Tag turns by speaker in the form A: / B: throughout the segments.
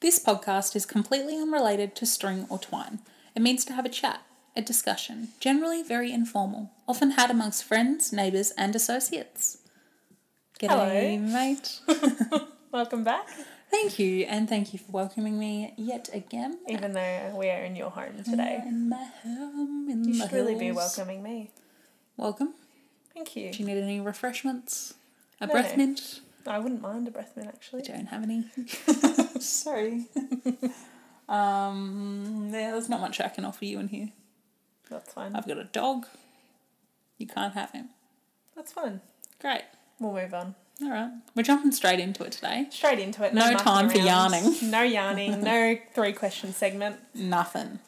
A: This podcast is completely unrelated to string or twine. It means to have a chat, a discussion, generally very informal, often had amongst friends, neighbours, and associates. G'day,
B: Hello.
A: mate.
B: Welcome back.
A: Thank you, and thank you for welcoming me yet again.
B: Even though we are in your home today,
A: In my home, in
B: you
A: the
B: should really be
A: hills.
B: welcoming me.
A: Welcome.
B: Thank you.
A: Do you need any refreshments? A
B: No.
A: breath mint?
B: I wouldn't mind a breath mint
A: I
B: actually.
A: don't have any. Sorry. um, yeah, there's not much I can offer you in here.
B: That's fine.
A: I've got a dog. You can't have him.
B: That's fine.
A: Great.
B: We'll move on.
A: All right. We're jumping straight into it today.
B: Straight into it.
A: No
B: mucking
A: time for
B: around.
A: yarning.
B: No yarning. no three question segment.
A: Nothing.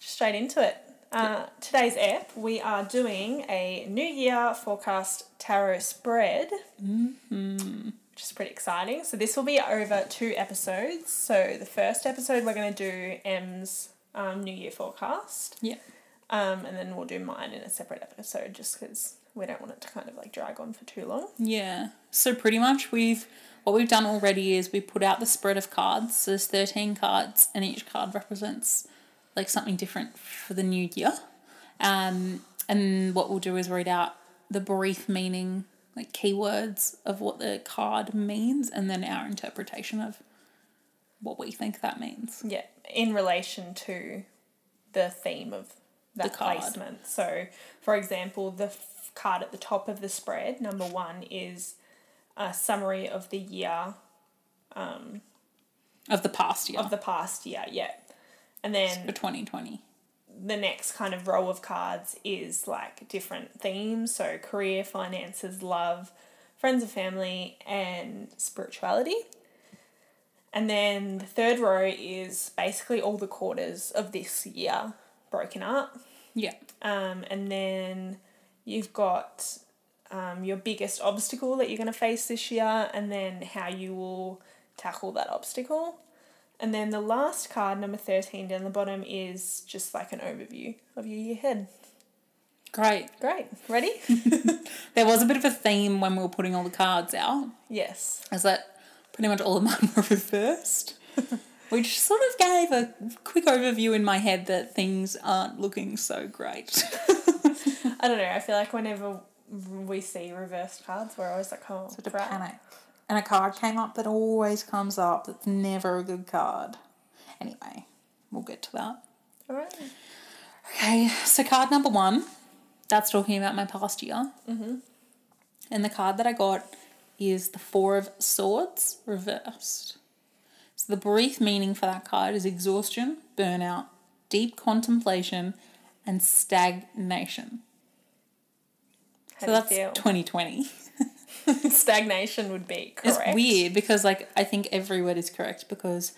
B: Straight into it. Uh, today's app, we are doing a New Year forecast tarot spread, mm-hmm. which is pretty exciting. So this will be over two episodes. So the first episode we're going to do M's um, New Year forecast,
A: Yeah.
B: um, and then we'll do mine in a separate episode, just because we don't want it to kind of like drag on for too long.
A: Yeah. So pretty much we've what we've done already is we put out the spread of cards. So there's 13 cards and each card represents like something different for the new year. Um and what we'll do is read out the brief meaning like keywords of what the card means and then our interpretation of what we think that means.
B: Yeah, in relation to the theme of that
A: card.
B: placement. So, for example, the f- card at the top of the spread, number one, is a summary of the year
A: Of the past year.
B: of the past year. Yeah. And then
A: for 2020.
B: the next kind of row of cards is like different themes. So, career, finances, love, friends and family, and spirituality. And then the third row is basically all the quarters of this year broken up.
A: Yeah.
B: Um, and then you've got um, your biggest obstacle that you're going to face this year, and then how you will tackle that obstacle. And then the last card, number 13, down the bottom, is just like an overview of your year ahead.
A: Great.
B: Great. Ready?
A: There was a bit of a theme when we were putting all the cards out.
B: yes.
A: is that pretty much all of mine were reversed, which sort of gave a quick overview in my head that things aren't looking so great.
B: I don't know. I feel like whenever we see reversed cards, we're always like, oh,
A: Bit of
B: crap.
A: panic. And a card came up that always comes up that's never a good card. Anyway, we'll get to that.
B: All right.
A: Okay, so card number one, that's talking about my past year. Mm-hmm. And the card that I got is the Four of Swords reversed. So the brief meaning for that card is exhaustion, burnout, deep contemplation, and stagnation.
B: How
A: so
B: do you
A: that's
B: feel?
A: 2020.
B: Stagnation would be correct.
A: It's weird because like I think every word is correct because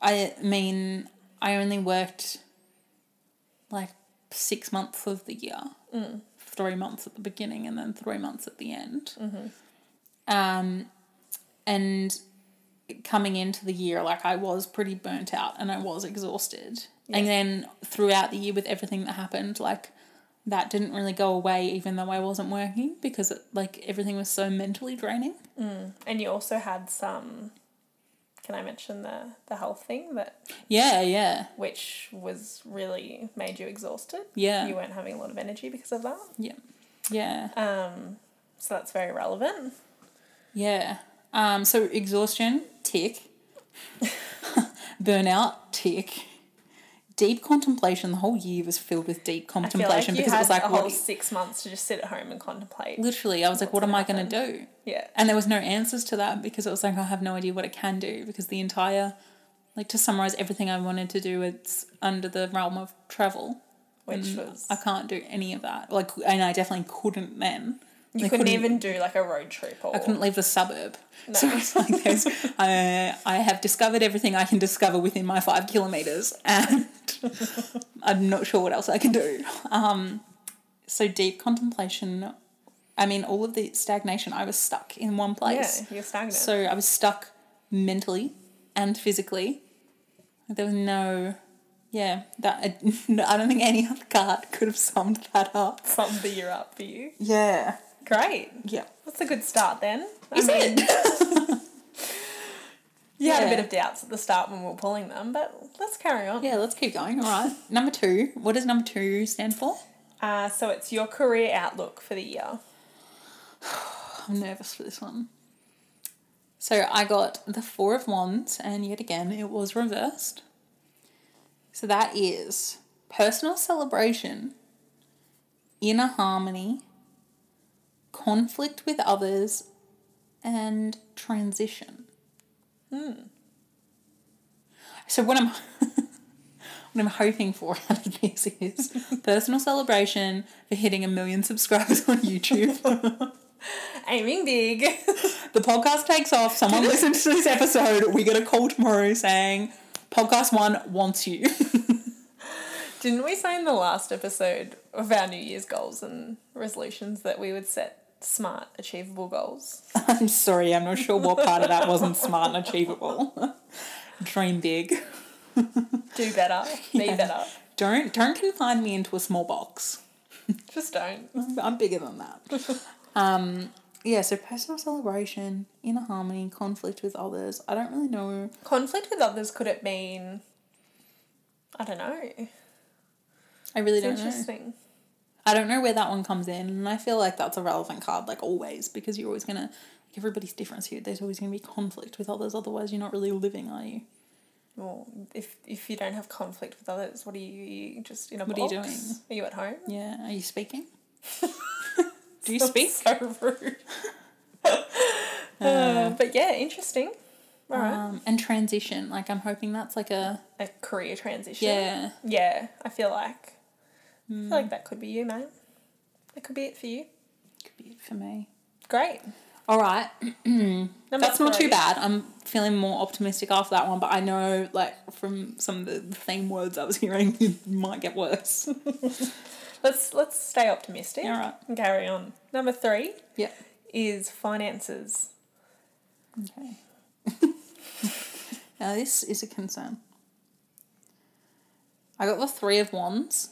A: I mean I only worked like six months of the year, three months at the beginning and then three months at the end. Um, and coming into the year, like I was pretty burnt out and I was exhausted. And then throughout the year, with everything that happened, like that didn't really go away, even though I wasn't working because it, like everything was so mentally draining.
B: And you also had some. Can I mention the the health thing that
A: Yeah, yeah,
B: which was really made you exhausted?
A: Yeah.
B: you weren't having a lot of energy because of that.
A: yeah, yeah,
B: Um, so that's very relevant.
A: yeah. Um, so exhaustion, tick. Burnout, tick. Deep contemplation. The whole year was filled with deep
B: I feel like
A: contemplation
B: you
A: because
B: had
A: it was like,
B: a
A: what
B: whole six months to just sit at home and contemplate.
A: literally i was like what am i going to do
B: Yeah,
A: and there was no answers to that because it was like i have no idea what it can do because the entire like to summarize everything i wanted to do it's under the realm of travel
B: which was
A: Mm, i can't do any of that like and i definitely couldn't then
B: you
A: I
B: couldn't, even do like a road trip or
A: I couldn't leave the suburb. So it's like there's, I, I have discovered everything I can discover within my five kilometres and I'm not sure what else I can do. Um, so deep contemplation, I mean, all of the stagnation, I was stuck in one
B: yeah,
A: place.
B: you're stagnant.
A: So I was stuck mentally and physically. There was no, yeah, that I, don't think any other card could have summed that up.
B: Summed the year up for you.
A: Yeah.
B: Great.
A: Yeah.
B: That's a good start then. I
A: Is
B: mean,
A: it?
B: You had a bit
A: Yeah.
B: of doubts at the start when we were pulling them, but let's carry on.
A: Yeah, let's keep going. All right. number two. What does number two stand for?
B: Uh, so it's your career outlook for the year.
A: I'm nervous for this one. So I got the Four of Wands, and yet again, it was reversed. So that is personal celebration, inner harmony, conflict with others, and transition. Hmm. So what I'm what I'm hoping for out of this is personal celebration for hitting a million subscribers on YouTube
B: Aiming big.
A: the podcast takes off. Someone listens to this episode. We get a call tomorrow saying, "Podcast one wants you."
B: Didn't we say in the last episode of our New Year's goals and resolutions that we would set smart, achievable goals?
A: I'm sorry, I'm not sure what part of that wasn't smart and achievable. Dream big.
B: Do better, be better.
A: Don't don't confine me into a small box.
B: Just don't.
A: I'm bigger than that. um, yeah. So personal celebration, inner harmony, conflict with others. I don't really know.
B: Conflict with others, could it mean. I don't know.
A: I really
B: It's
A: don't know.
B: interesting.
A: I don't know where that one comes in, and I feel like that's a relevant card, like always, because you're always gonna like, everybody's different. So there's always gonna be conflict with others. Otherwise, you're not really living, are you?
B: Well, if, if you don't have conflict with others, what are you, you just in a
A: What are you
B: box?
A: doing?
B: Are you at home?
A: Yeah. Are you speaking? Do you speak?
B: So rude. Uh, but yeah, interesting. All right.
A: Um, and transition. Like I'm hoping that's like a
B: a career transition.
A: Uh. yeah.
B: Yeah, I feel like I
A: Hmm.
B: feel like that could be you, mate. That could be it for you.
A: Could be it for me.
B: Gregreat.
A: All right.
B: Number
A: That's not
B: three.
A: too bad. I'm feeling more optimistic after that one, but I know like from some of the- the same words I was hearing, it might get worse.
B: Let's let's stay optimistic.
A: All right.
B: And carry on. Number three
A: Yeah.
B: is finances.
A: Okay. now this is a concern. I got the three of wands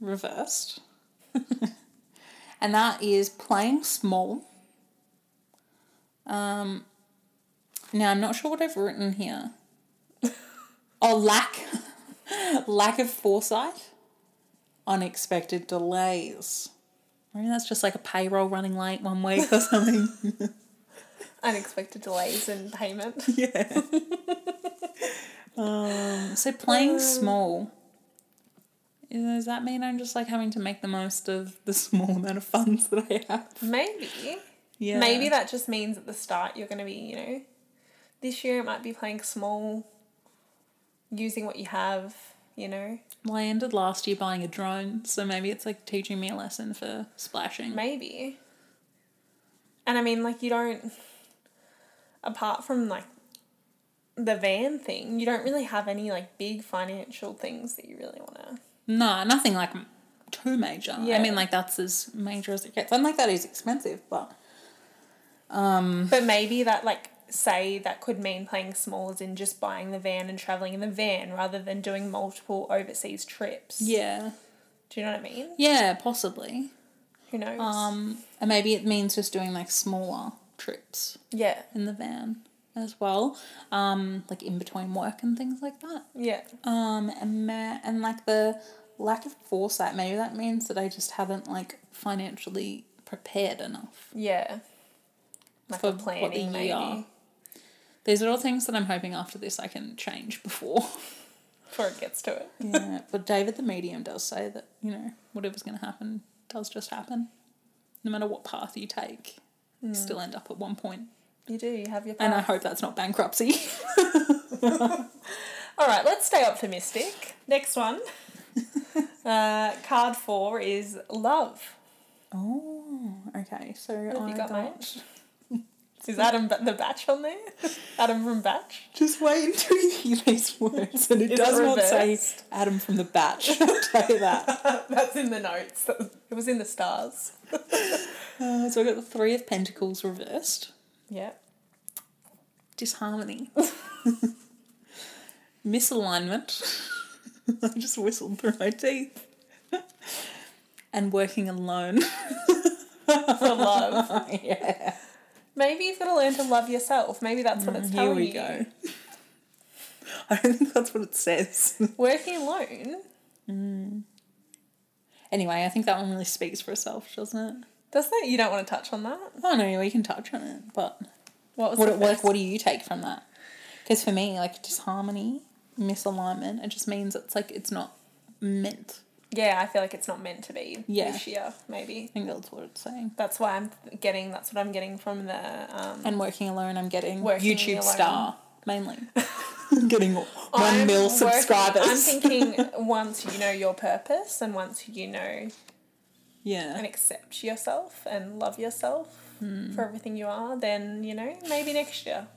A: reversed. and that is playing small. Um now I'm not sure what I've written here. oh lack lack of foresight. Unexpected delays. Maybe that's just like a payroll running late one week or something.
B: Unexpected delays in payment.
A: Yeah. um, so playing small. Does that mean I'm just like having to make the most of the small amount of funds that I have?
B: Maybe.
A: Yeah.
B: Maybe that just means at the start you're gonna be, you know, this year it might be playing small, using what you have, you know.
A: Well, I ended last year buying a drone, so maybe it's like teaching me a lesson for splashing.
B: Maybe. And I mean, like, you don't, apart from like the van thing, you don't really have any like big financial things that you really want to.
A: No, nothing like m- too major. I
B: Yeah.
A: mean, like that's as major as it gets. And like that is expensive, but Mm.
B: But maybe that, like, say that could mean playing small as in just buying the van and traveling in the van rather than doing multiple overseas trips.
A: yeah,
B: Do you know what I mean?
A: yeah, possibly.
B: Who knows?
A: Um, and maybe it means just doing like smaller trips.
B: yeah.
A: in the van as well, um, like in between work and things like that.
B: Yeah.
A: Um, and ma- and like the lack of foresight, maybe that means that I just haven't like financially prepared enough.
B: Yeah. Like
A: For
B: for
A: what the
B: planning,
A: year.
B: maybe.
A: These are all things that I'm hoping after this I can change before.
B: Before it gets to it.
A: yeah, but David the medium does say that you know whatever's going to happen does just happen, no matter what path you take, you still end up at one point.
B: You do, you have your
A: And I
B: plan.
A: hope that's not bankruptcy.
B: All right, let's stay optimistic. Next one. uh, card four is love.
A: oh, okay. So
B: What have
A: I
B: you got,
A: got
B: mate? Is Adam Ba- the Batch on there? Adam from Batch?
A: Just wait until you hear these words, and it
B: Is it
A: does not say
B: reversed?
A: Adam from the Batch. I'll tell you that.
B: That's in the notes. It was in the stars.
A: Uh, so I got the Three of Pentacles reversed,
B: Yeah.
A: disharmony, misalignment. I just whistled through my teeth, and working alone.
B: For love.
A: yeah.
B: Maybe you've got to learn to love yourself. Maybe that's what it's
A: Here
B: telling
A: we
B: you.
A: go. I don't think that's what it says.
B: Working alone
A: anyway, I think that one really speaks for itself, doesn't it?
B: doesn't it? You don't want to touch on that.
A: Oh no, we can touch on it, but
B: What was
A: what
B: the
A: it like?
B: first-
A: What do you take from that? Because for me, like disharmony, misalignment, it just means it's like it's not meant.
B: Yeah, I feel like it's not meant to be
A: Yeah.
B: this year. Maybe
A: I think that's what it's saying.
B: that's why I'm getting. That's what I'm getting from the. Um,
A: And working alone, I'm getting
B: Working
A: YouTube
B: alone.
A: star mainly. getting one
B: I'm
A: mil
B: working-
A: subscribers.
B: I'm thinking once you know your purpose and once you know
A: yeah.
B: and accept yourself and love yourself
A: Hmm.
B: for everything you are, then you know maybe next year.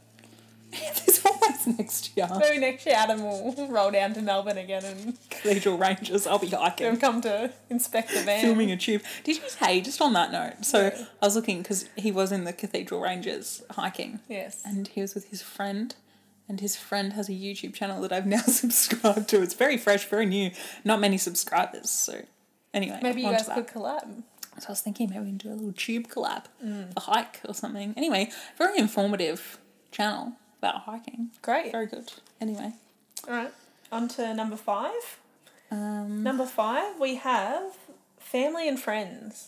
A: There's always next year.
B: Maybe next year Adam will roll down to Melbourne again and
A: Cathedral Rangers, I'll be hiking.
B: he'll come to inspect the van.
A: filming a tube. Did you say just on that note? So I was looking because he was in the Cathedral Ranges hiking,
B: Yes.
A: and he was with his friend, and his friend has a YouTube channel that I've now subscribed to. It's very fresh, very new. Not many subscribers, so anyway,
B: Maybe you
A: onto
B: guys
A: that.
B: could collab.
A: So I was thinking maybe we can do a little tube collab,
B: Mm.
A: a hike or something. Anyway, very informative channel about hiking.
B: Great.
A: Very good. Anyway,
B: All right. On to number five.
A: um,
B: Number five, we have family and friends.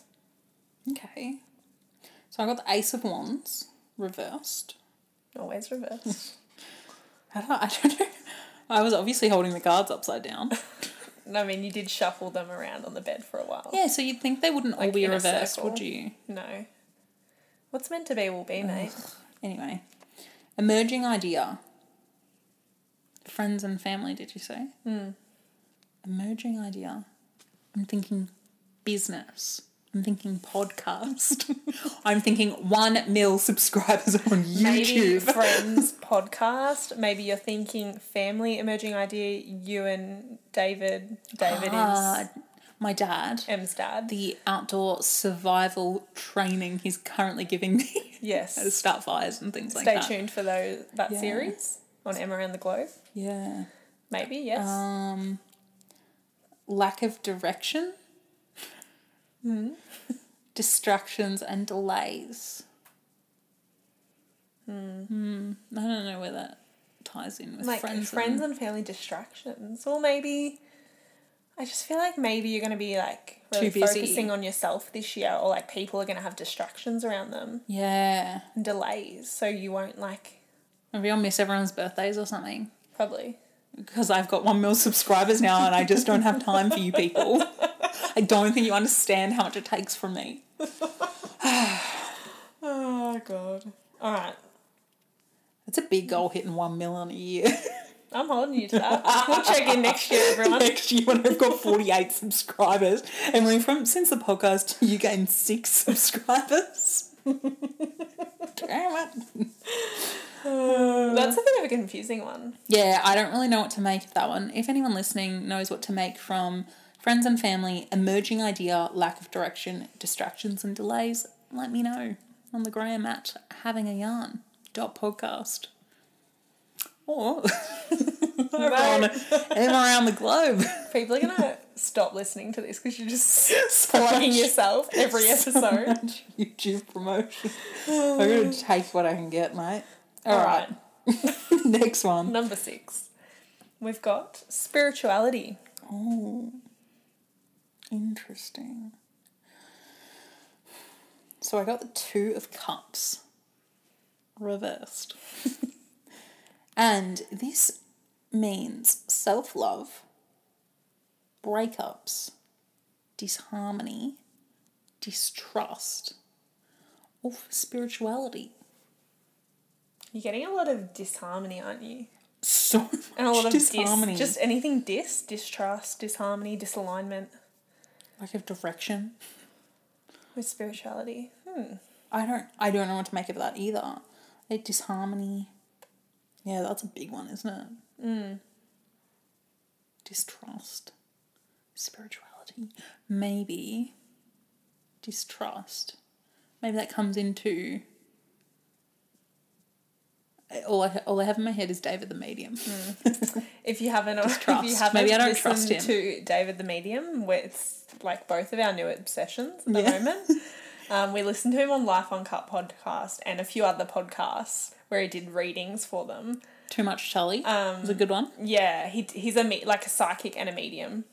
A: okay. So I got the Ace of Wands reversed.
B: Always reverse.
A: I don't, I don't know. I was obviously holding the cards upside down.
B: I mean, you did shuffle them around on the bed for a while.
A: Yeah, so you'd think they wouldn't all
B: Like
A: be
B: in a
A: reversed, would
B: circle.
A: you?
B: No. What's meant to be will be, mate.
A: Anyway, emerging idea. Friends and family, did you say?
B: Hmm.
A: Emerging idea. I'm thinking business. I'm thinking podcast. I'm thinking one mil subscribers on
B: Maybe
A: YouTube.
B: friends podcast. Maybe you're thinking family emerging idea. You and David. David
A: Ah,
B: is
A: my dad.
B: M's dad.
A: The outdoor survival training he's currently giving me. how to
B: yes.
A: start fires and things like
B: Stay
A: that.
B: tuned for those that
A: Yeah.
B: series on M around the globe.
A: Yeah.
B: Maybe yes.
A: Um, lack of direction, Hmm? distractions, and delays. Hmm. I don't know where that ties in with
B: like
A: friends.
B: friends, and, family distractions, or maybe. I just feel like maybe you're going to be like really
A: Too busy.
B: focusing on yourself this year, or like people are going to have distractions around them
A: and- yeah.
B: and delays, so you won't like
A: Maybe I'll miss everyone's birthdays or something
B: probably
A: because I've got one mil subscribers now and I just don't have time for you people. I don't think you understand how much it takes from me.
B: Oh god. Alright.
A: It's a big goal hitting one mil in a year.
B: I'm holding you to that. we'll check in next year, everyone.
A: next year when I've got 48 subscribers. And we from since the podcast, you gained six subscribers. Damn it.
B: That's a bit of a confusing one.
A: Yeah, I don't really know what to make of that one. If anyone listening knows what to make from friends and family, emerging idea, lack of direction, distractions and delays, let me know on the Graham at having a yarn dot podcast. Or everyone, everyone around the globe.
B: People are gonna stop listening to this because you're just plugging yourself every episode.
A: much YouTube promotion. I'm gonna take what I can get, mate. All right. Next one.
B: Number six. We've got spirituality.
A: Interesting. So I got the two of cups reversed. and this means self love, breakups, disharmony, distrust, all for spirituality.
B: You're getting a lot of disharmony, aren't you?
A: so much
B: And a lot of
A: disharmony.
B: disharmony. just anything dis, distrust, disharmony, disalignment
A: lack of direction.
B: with spirituality.
A: I don't I don't know what to make of that either. Like disharmony. Yeah, that's a big one, isn't it? Mm. Distrust. Spirituality. Maybe distrust. Maybe that comes into all I all I have in my head is David the medium.
B: If you haven't, or if you
A: Distrust.
B: haven't
A: Maybe I don't
B: listened
A: trust him.
B: to David the Medium, where it's like both of our new obsessions at the
A: Yeah.
B: moment. Um, we listened to him on Life on Cut podcast and a few other podcasts where he did readings for them.
A: Too much Tully. Um, was a good one.
B: Yeah, he he's a me- like a psychic and a medium.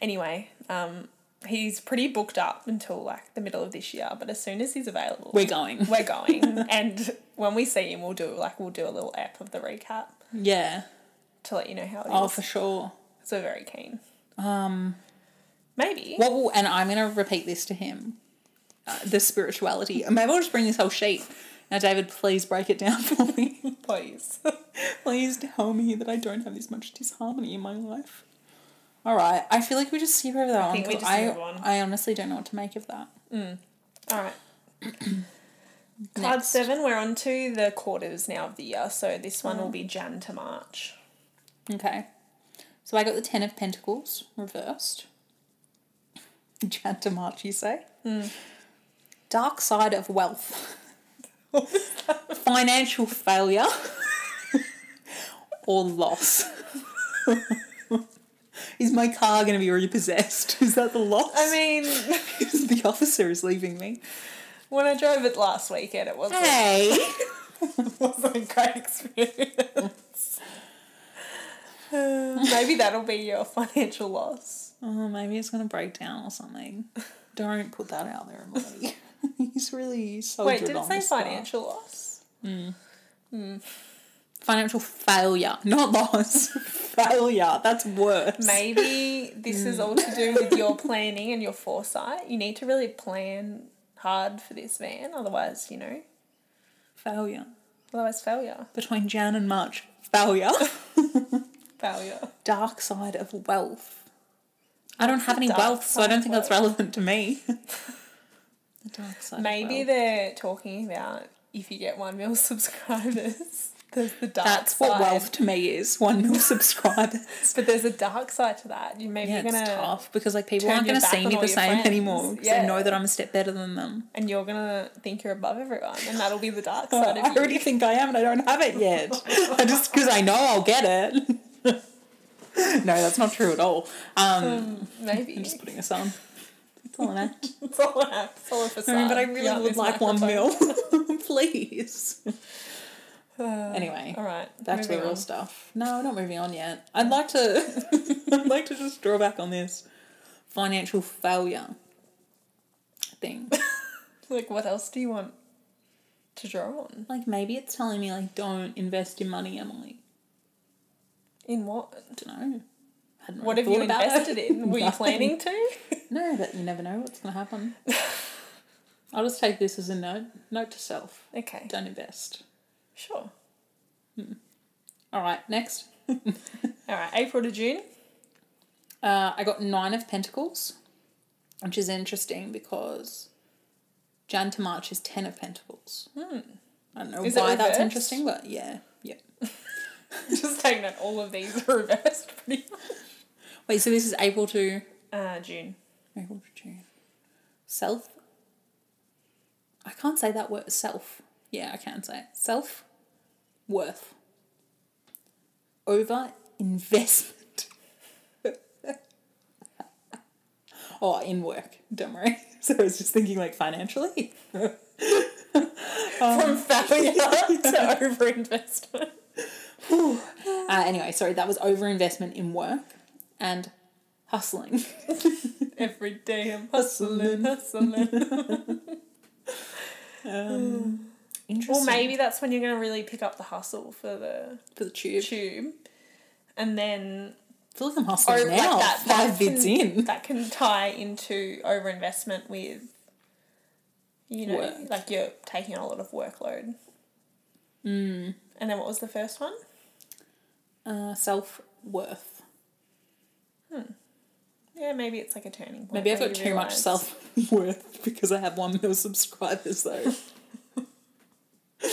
B: Anyway, um, he's pretty booked up until like the middle of this year, but as soon as he's available,
A: We're going.
B: we're going. and when we see him, we'll do like we'll do a little app of the recap
A: Yeah.
B: to let you know how it is.
A: Oh, for sure.
B: So very keen. Um, maybe.
A: What will, and I'm going to repeat this to him uh, the spirituality. And Maybe I'll just bring this whole sheet. Now, David, please break it down for me.
B: Please.
A: please tell me that I don't have this much disharmony in my life. All right. I feel like we just skip over that one.
B: think we
A: 'cause
B: just
A: I,
B: move on.
A: I honestly don't know what to make of that.
B: All right. Card seven, we're on to the quarters now of the year. So this one will be Jan to March.
A: Okay. So I got the Ten of Pentacles reversed. Jan to March, you say?
B: Hmm.
A: Dark side of wealth. Financial failure. or loss. Is my car going to be repossessed? Is that the loss?
B: I mean,
A: the officer is leaving me.
B: when I drove it last weekend, it wasn't,
A: Hey!
B: wasn't a great experience. Uh, Maybe that'll be your financial loss.
A: oh, maybe it's going to break down or something. Don't put that out there, Molly. He's really so
B: Wait, did it say
A: financial?
B: financial loss?
A: financial failure, not loss. failure. That's worse.
B: Maybe this is all to do with your planning and your foresight. You need to really plan hard for this man, otherwise, you know,
A: Failure.
B: otherwise failure.
A: Between Jan and March. Failure.
B: Failure.
A: Dark side of wealth. I don't have any
B: dark
A: wealth, so I
B: side
A: don't
B: of
A: think that's
B: wealth?
A: relevant to me. the dark side.
B: Maybe
A: Of wealth.
B: they're talking about if you get one mil subscribers, there's the dark
A: That's
B: side.
A: what wealth to me is. One mil subscribers.
B: But there's a dark side to that. You maybe
A: Yeah,
B: you're
A: it's
B: gonna
A: tough because like people
B: turn
A: aren't
B: your
A: going to
B: back
A: see
B: on
A: me
B: all
A: the
B: your
A: same
B: friends.
A: anymore because
B: Yeah.
A: they know that I'm a step better than them.
B: and you're gonna think you're above everyone, and that'll be the dark side
A: Oh, I
B: of you.
A: already think I am, and I don't have it yet. I just because I know I'll get it. no, that's not true at all. Um, I'm
B: Maybe.
A: just putting this on. It's all an act.
B: It's Oh. all, a- it's all a facade.
A: but I really
B: Yeah,
A: would
B: this
A: like one
B: microphone. Uh,
A: mil. Please. anyway,
B: All right.
A: back to the
B: moving
A: real
B: on.
A: stuff. No, we're not moving on yet. I'd like to I'd like to just draw back on this financial failure thing.
B: Like, what else do you want to draw on?
A: like maybe it's telling me like don't invest your money, Emily.
B: In what?
A: I don't know. Hadn't
B: What have
A: really
B: you
A: thought about it.
B: invested in? Were you
A: Nothing.
B: planning to?
A: No, but you never know what's gonna happen. I'll just take this as a note. Note to self.
B: Okay.
A: Don't invest.
B: Sure.
A: All right, next.
B: All right. April to June.
A: Uh, I got Nine of Pentacles, which is interesting because Jan to March is Ten of Pentacles. Hmm. I don't know
B: Is it
A: why that's
B: reversed?
A: interesting, but yeah, yeah.
B: Just taking that all of these are reversed pretty much.
A: Wait, so this is April to
B: Uh, June.
A: April to June. Self. I can't say that word. Self. Yeah, I can say it. self. Worth. Over investment. oh, in work. Don't worry. So I was just thinking like financially.
B: From failure to overinvestment.
A: Uh, anyway, sorry, that was overinvestment in work and hustling.
B: Every day I'm hustling, hustling.
A: Um, Interesting.
B: Well, Hmm. maybe that's when you're going to really pick up the hustle for the
A: for the tube.
B: tube. And then
A: I feel like I'm hustling
B: Oh, like
A: now.
B: that- that
A: five bids
B: can-
A: in.
B: that can tie into overinvestment with, you know,
A: Work.
B: like you're taking on a lot of workload. Mm.
A: Mm.
B: And then what was the first one?
A: Uh, self worth.
B: Yeah, maybe it's like a turning point.
A: Maybe I've
B: where
A: got
B: you
A: too much
B: realise-
A: self worth because I have one mil subscribers though. I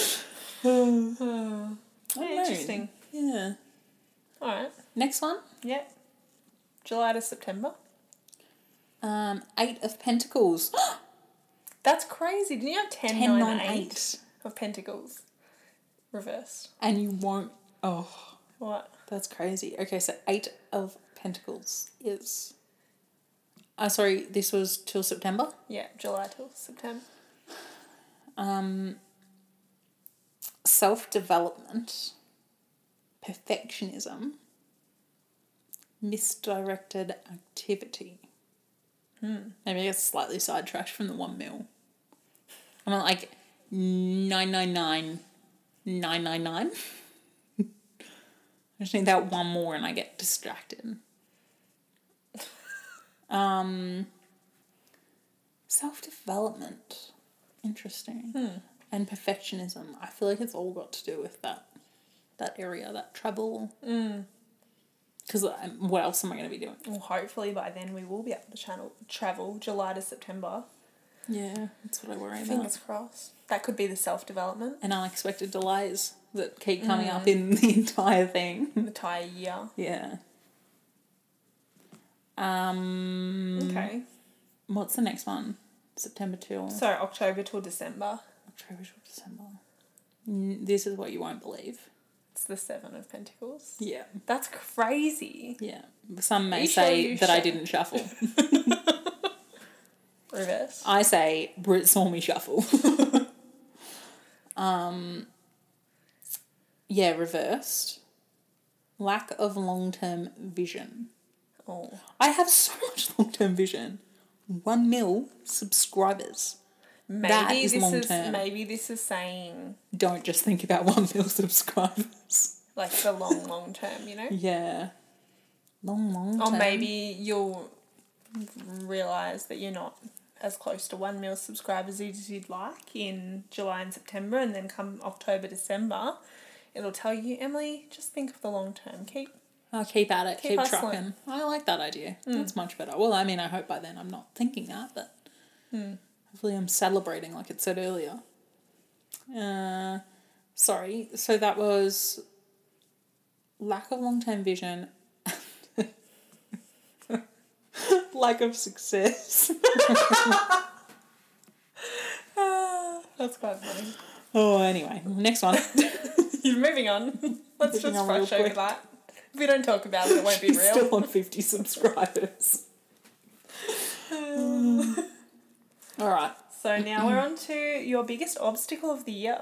A: don't
B: Yeah,
A: know.
B: interesting.
A: Yeah.
B: All right.
A: Next one.
B: Yep. July to September.
A: Um, eight of Pentacles.
B: That's crazy. Didn't you have 10,
A: Ten,
B: nine,
A: nine,
B: eight
A: eight.
B: of pentacles? Reversed.
A: And you won't. Oh,
B: What?
A: that's crazy. Okay, so eight of Pentacles is Uh, sorry, this was till September.
B: Yeah, July till September.
A: Um, Self development, perfectionism, misdirected activity. Hmm. Maybe it's slightly sidetracked from the one mil. I'm at like 999, 999. I just need that one more and I get distracted. Um, Self development. Interesting. And perfectionism. I feel like it's all got to do with that that area, that trouble. Mm. Because what else am I going to be doing?
B: Well, hopefully by then we will be able to channel travel July to September.
A: Yeah, that's what I worry about.
B: Fingers crossed. That could be the self development.
A: And unexpected delays that keep coming up in the entire thing.
B: The entire year.
A: Yeah. Um,
B: Okay.
A: What's the next one? September till
B: So October till December.
A: October till December. Mm, This is what you won't believe.
B: It's the Seven of Pentacles.
A: Yeah.
B: That's crazy.
A: Yeah. Some may
B: you sure
A: say
B: you
A: that I
B: shuff-
A: didn't shuffle.
B: Reverse.
A: I say Brit saw me shuffle. um, yeah, reversed. Lack of long term vision.
B: Oh.
A: I have so much long term vision. One mil subscribers.
B: Maybe
A: That is
B: this
A: long
B: is
A: term.
B: maybe this is saying
A: Don't just think about one mil subscribers.
B: like the long long term, you know?
A: Yeah. Long, long
B: Or
A: term.
B: maybe you'll realize that you're not as close to 1 mil subscribers as you'd like in July and September, and then come October, December, it'll tell you, Emily, just think of the long term. Keep.
A: I'll keep at it,
B: Keep
A: keep,
B: hustling. Hmm.
A: trucking. I like that idea. That's much better. Well, I mean, I hope by then I'm not thinking that, but
B: Hmm.
A: hopefully I'm celebrating, like it said earlier. Uh, sorry. So that was lack of long term vision, lack of success.
B: That's quite funny.
A: Oh, anyway, next one.
B: You're moving on.
A: Moving
B: Let's just
A: on real
B: brush over
A: quick.
B: that. If we don't talk about it, it won't be
A: She's
B: real.
A: still on 50 subscribers. Hmm. All right.
B: So now we're on to your biggest obstacle of the year.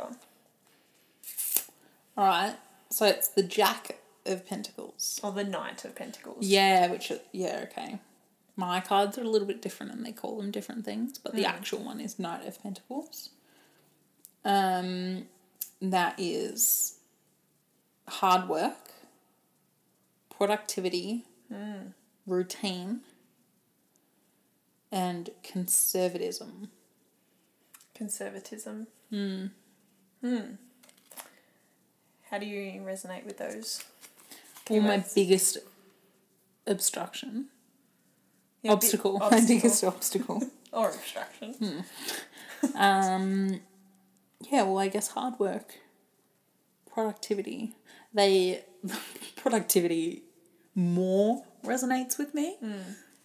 A: All right. So it's the Jack of Pentacles.
B: Or the Knight of Pentacles.
A: Yeah, which are- yeah, okay. My cards are a little bit different and they call them different things, but the actual one is Knight of Pentacles. Um that is hard work, productivity, routine, and conservatism.
B: Conservatism. Hmm. Hmm. How do you resonate with those?
A: Well, my
B: words.
A: biggest obstruction.
B: Your bi-
A: obstacle. Hmm. My
B: obstacle.
A: biggest obstacle.
B: Or obstruction.
A: Um, yeah, well, I guess hard work, productivity. They productivity more resonates with me
B: Hmm.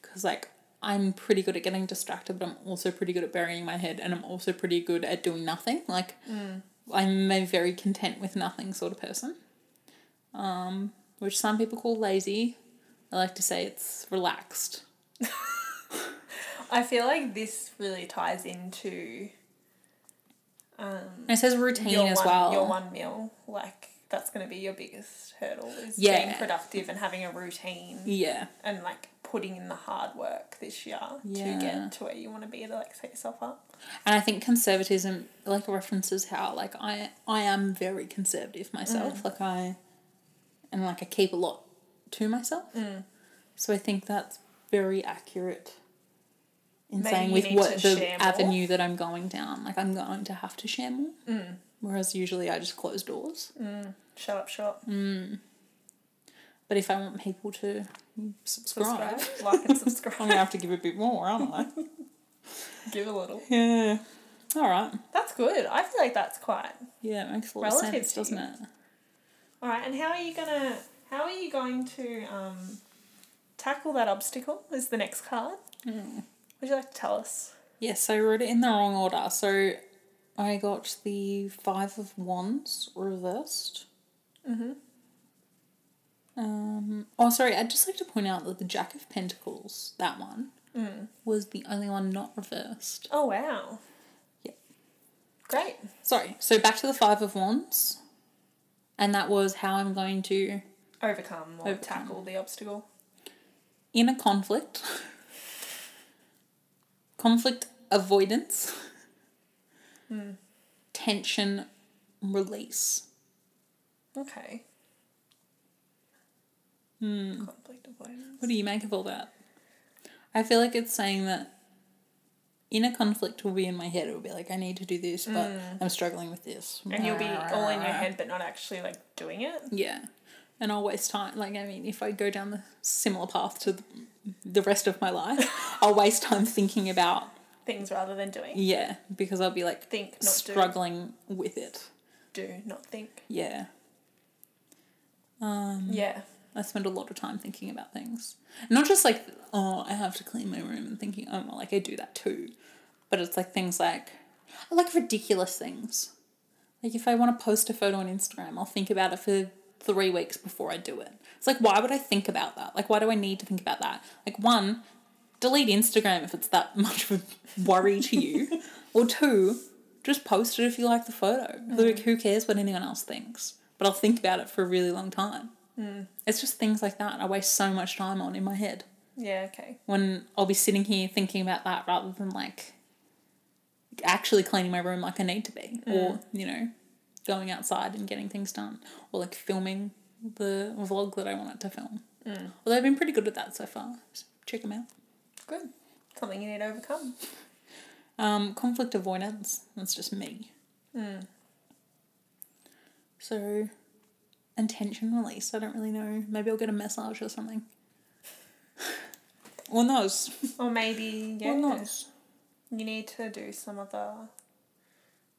A: because like I'm pretty good at getting distracted, but I'm also pretty good at burying my head, and I'm also pretty good at doing nothing. Like
B: Hmm.
A: I'm a very content with nothing sort of person, um, which some people call lazy. I like to say it's relaxed.
B: I feel like this really ties into
A: And it says routine
B: your
A: as
B: one,
A: well.
B: your one meal. Like that's going to be your biggest hurdle is being
A: Yeah.
B: productive and having a routine
A: Yeah.
B: and like putting in the hard work this year to
A: Yeah.
B: get to where you want to be to like set yourself up.
A: and I think conservatism like references how like I I am very conservative
B: Mm.
A: myself. Like I and like I keep a lot to myself.
B: Mm.
A: So I think that's very accurate in
B: Maybe
A: saying
B: you
A: with
B: need
A: what
B: to
A: the
B: share more.
A: avenue that I'm going down. Like I'm going to have to share more.
B: Mm.
A: Whereas usually I just close doors.
B: Shut up shop.
A: But if I want people to subscribe,
B: Subscribe. like and
A: I'm
B: subscribe.
A: gonna have to give a bit more, aren't I?
B: Give a little.
A: yeah. All right.
B: That's good. I feel like that's quite
A: Yeah, it makes a lot
B: Relative
A: of sense,
B: to
A: doesn't
B: you.
A: it?
B: All right, and how are you gonna? How are you going to um, tackle that obstacle? Is the next card?
A: Mm.
B: Would you like to tell us?
A: Yes, I wrote it in the wrong order. So I got the Five of Wands reversed. Mm-hmm. Um, oh, sorry, I'd just like to point out that the Jack of Pentacles, that one, was the only one not reversed.
B: Oh, wow.
A: Yep.
B: Great.
A: Sorry, so back to the Five of Wands. And that was how I'm going to,
B: Overcome or
A: Overcome.
B: tackle the obstacle.
A: in a conflict, conflict avoidance, tension release.
B: Okay.
A: Hmm.
B: Conflict avoidance.
A: What do you make of all that? I feel like it's saying that inner conflict will be in my head. It will be like, I need to do this, but I'm struggling with this.
B: Mm. And you'll be all in your head, but not actually like doing it.
A: Yeah. And I'll waste time. Like, I mean, if I go down the similar path to the, the rest of my life, I'll waste time thinking about,
B: Things rather than doing.
A: yeah, because I'll be like
B: Think, not
A: struggling with it.
B: do. Do, not think.
A: Yeah. Mm.
B: Yeah.
A: I spend a lot of time thinking about things. Not just like, oh, I have to clean my room and thinking, oh, well, like I do that too. But it's like things like, I like ridiculous things. Like if I want to post a photo on Instagram, I'll think about it for three weeks before I do it. It's like, why would I think about that? Like, why do I need to think about that? Like, one, delete Instagram if it's that much of a worry to you. or two, just post it if you like the photo. Like, who cares what anyone else thinks? But I'll think about it for a really long time. It's just things like that I waste so much time on in my head
B: Yeah, okay.
A: when I'll be sitting here thinking about that rather than like actually cleaning my room like I need to be or, you know, going outside and getting things done or like filming the vlog that I wanted to film. Although I've been pretty good at that so far. So check them out.
B: Good. Something you need to overcome.
A: Um, conflict avoidance. That's just me. Hmm. So, and tension release. I don't really know. Maybe I'll get a massage or something. or nose.
B: Or maybe, yeah,
A: Or nose.
B: you need to do some other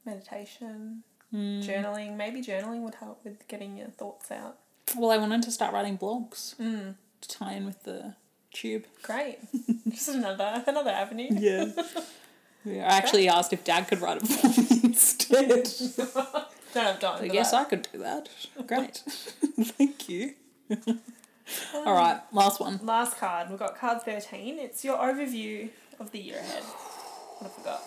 B: meditation,
A: Hmm.
B: journaling. Maybe journaling would help with getting your thoughts out.
A: Well, I wanted to start writing blogs to tie in with the tube.
B: Great. Just another another avenue.
A: Yeah. yeah. I actually asked if Dad could write a blog instead.
B: Don't have time.
A: I
B: for
A: guess
B: that.
A: I could do that. Great. Thank you. All right, last one.
B: Last card. We've got card 13. It's your overview of the year ahead. What have we got?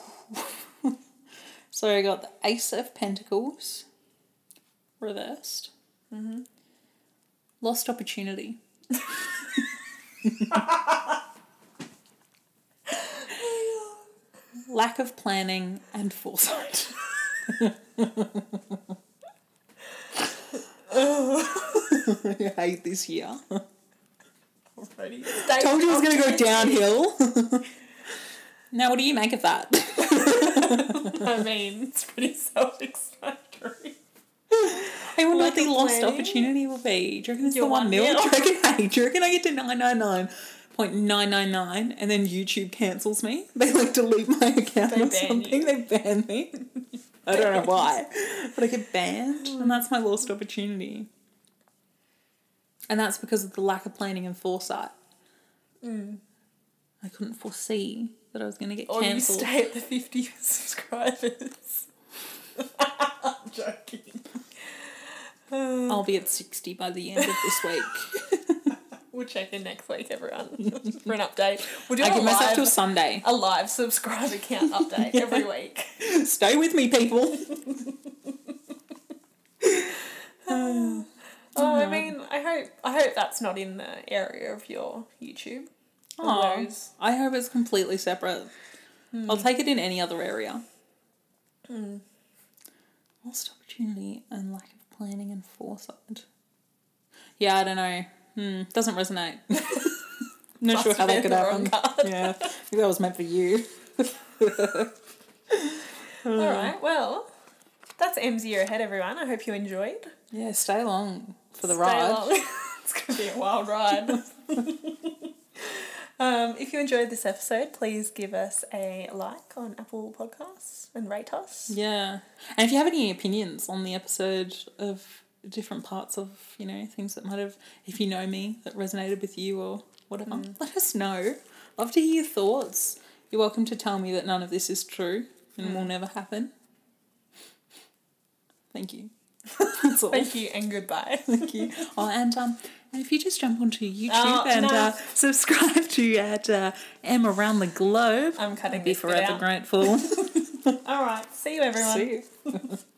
A: So I got the Ace of Pentacles reversed. Mm-hmm. Lost opportunity. Lack of planning and foresight. I hate this year.
B: Already.
A: Told you it was going to go downhill. now, what do you make of that?
B: I mean, it's pretty self explanatory.
A: I wonder
B: Lack
A: what the
B: of
A: lost
B: planning.
A: opportunity will be. Do you reckon it's
B: Your
A: the one
B: one
A: mil?
B: mil.
A: Do you reckon, hey, do you reckon I get to 999.999 and then YouTube cancels me? They like delete my account
B: They
A: or
B: ban
A: something.
B: you.
A: They ban me. I don't know why. But I get banned and that's my lost opportunity. And that's because of the lack of planning and foresight. I couldn't foresee that I was going to get
B: Or Mm. Oh, you
A: cancelled.
B: stay at the 50 subscribers. I'm joking.
A: I'll be at 60 by the end of this week.
B: We'll check in next week, everyone, for an update. We'll do
A: I
B: a
A: give myself
B: live,
A: till Sunday.
B: a live subscriber count update every week.
A: Stay with me, people.
B: Oh, I mean, I hope I hope that's not in the area of your YouTube. All
A: Aw,
B: those.
A: I hope it's completely separate.
B: Hmm.
A: I'll take it in any other area. Lost opportunity and lack of planning and foresight. Yeah, I don't know. Hmm, doesn't resonate. Not sure
B: Must
A: how that
B: have been
A: could
B: the
A: happen.
B: wrong card.
A: Yeah, I think that was meant for you.
B: All right. Well, that's MZ your head, everyone. I hope you enjoyed.
A: Yeah, stay along for the
B: Stay
A: ride.
B: along. it's gonna be a wild ride. um, if you enjoyed this episode, please give us a like on Apple Podcasts and rate us.
A: Yeah. And if you have any opinions on the episode of different parts of, you know, things that might have, if you know me, that resonated with you or whatever,
B: Mm.
A: let us know. Love to hear your thoughts. You're welcome to tell me that none of this is true and
B: Mm.
A: will never happen. Thank you. That's all.
B: Thank you and goodbye.
A: Thank you. Oh, and um, If you just jump onto YouTube
B: Oh,
A: and
B: no.
A: uh, subscribe to at uh, M Around the Globe,
B: I'm cutting
A: I'd be
B: this bit
A: forever
B: out.
A: grateful.
B: All right. See you, everyone.
A: See you.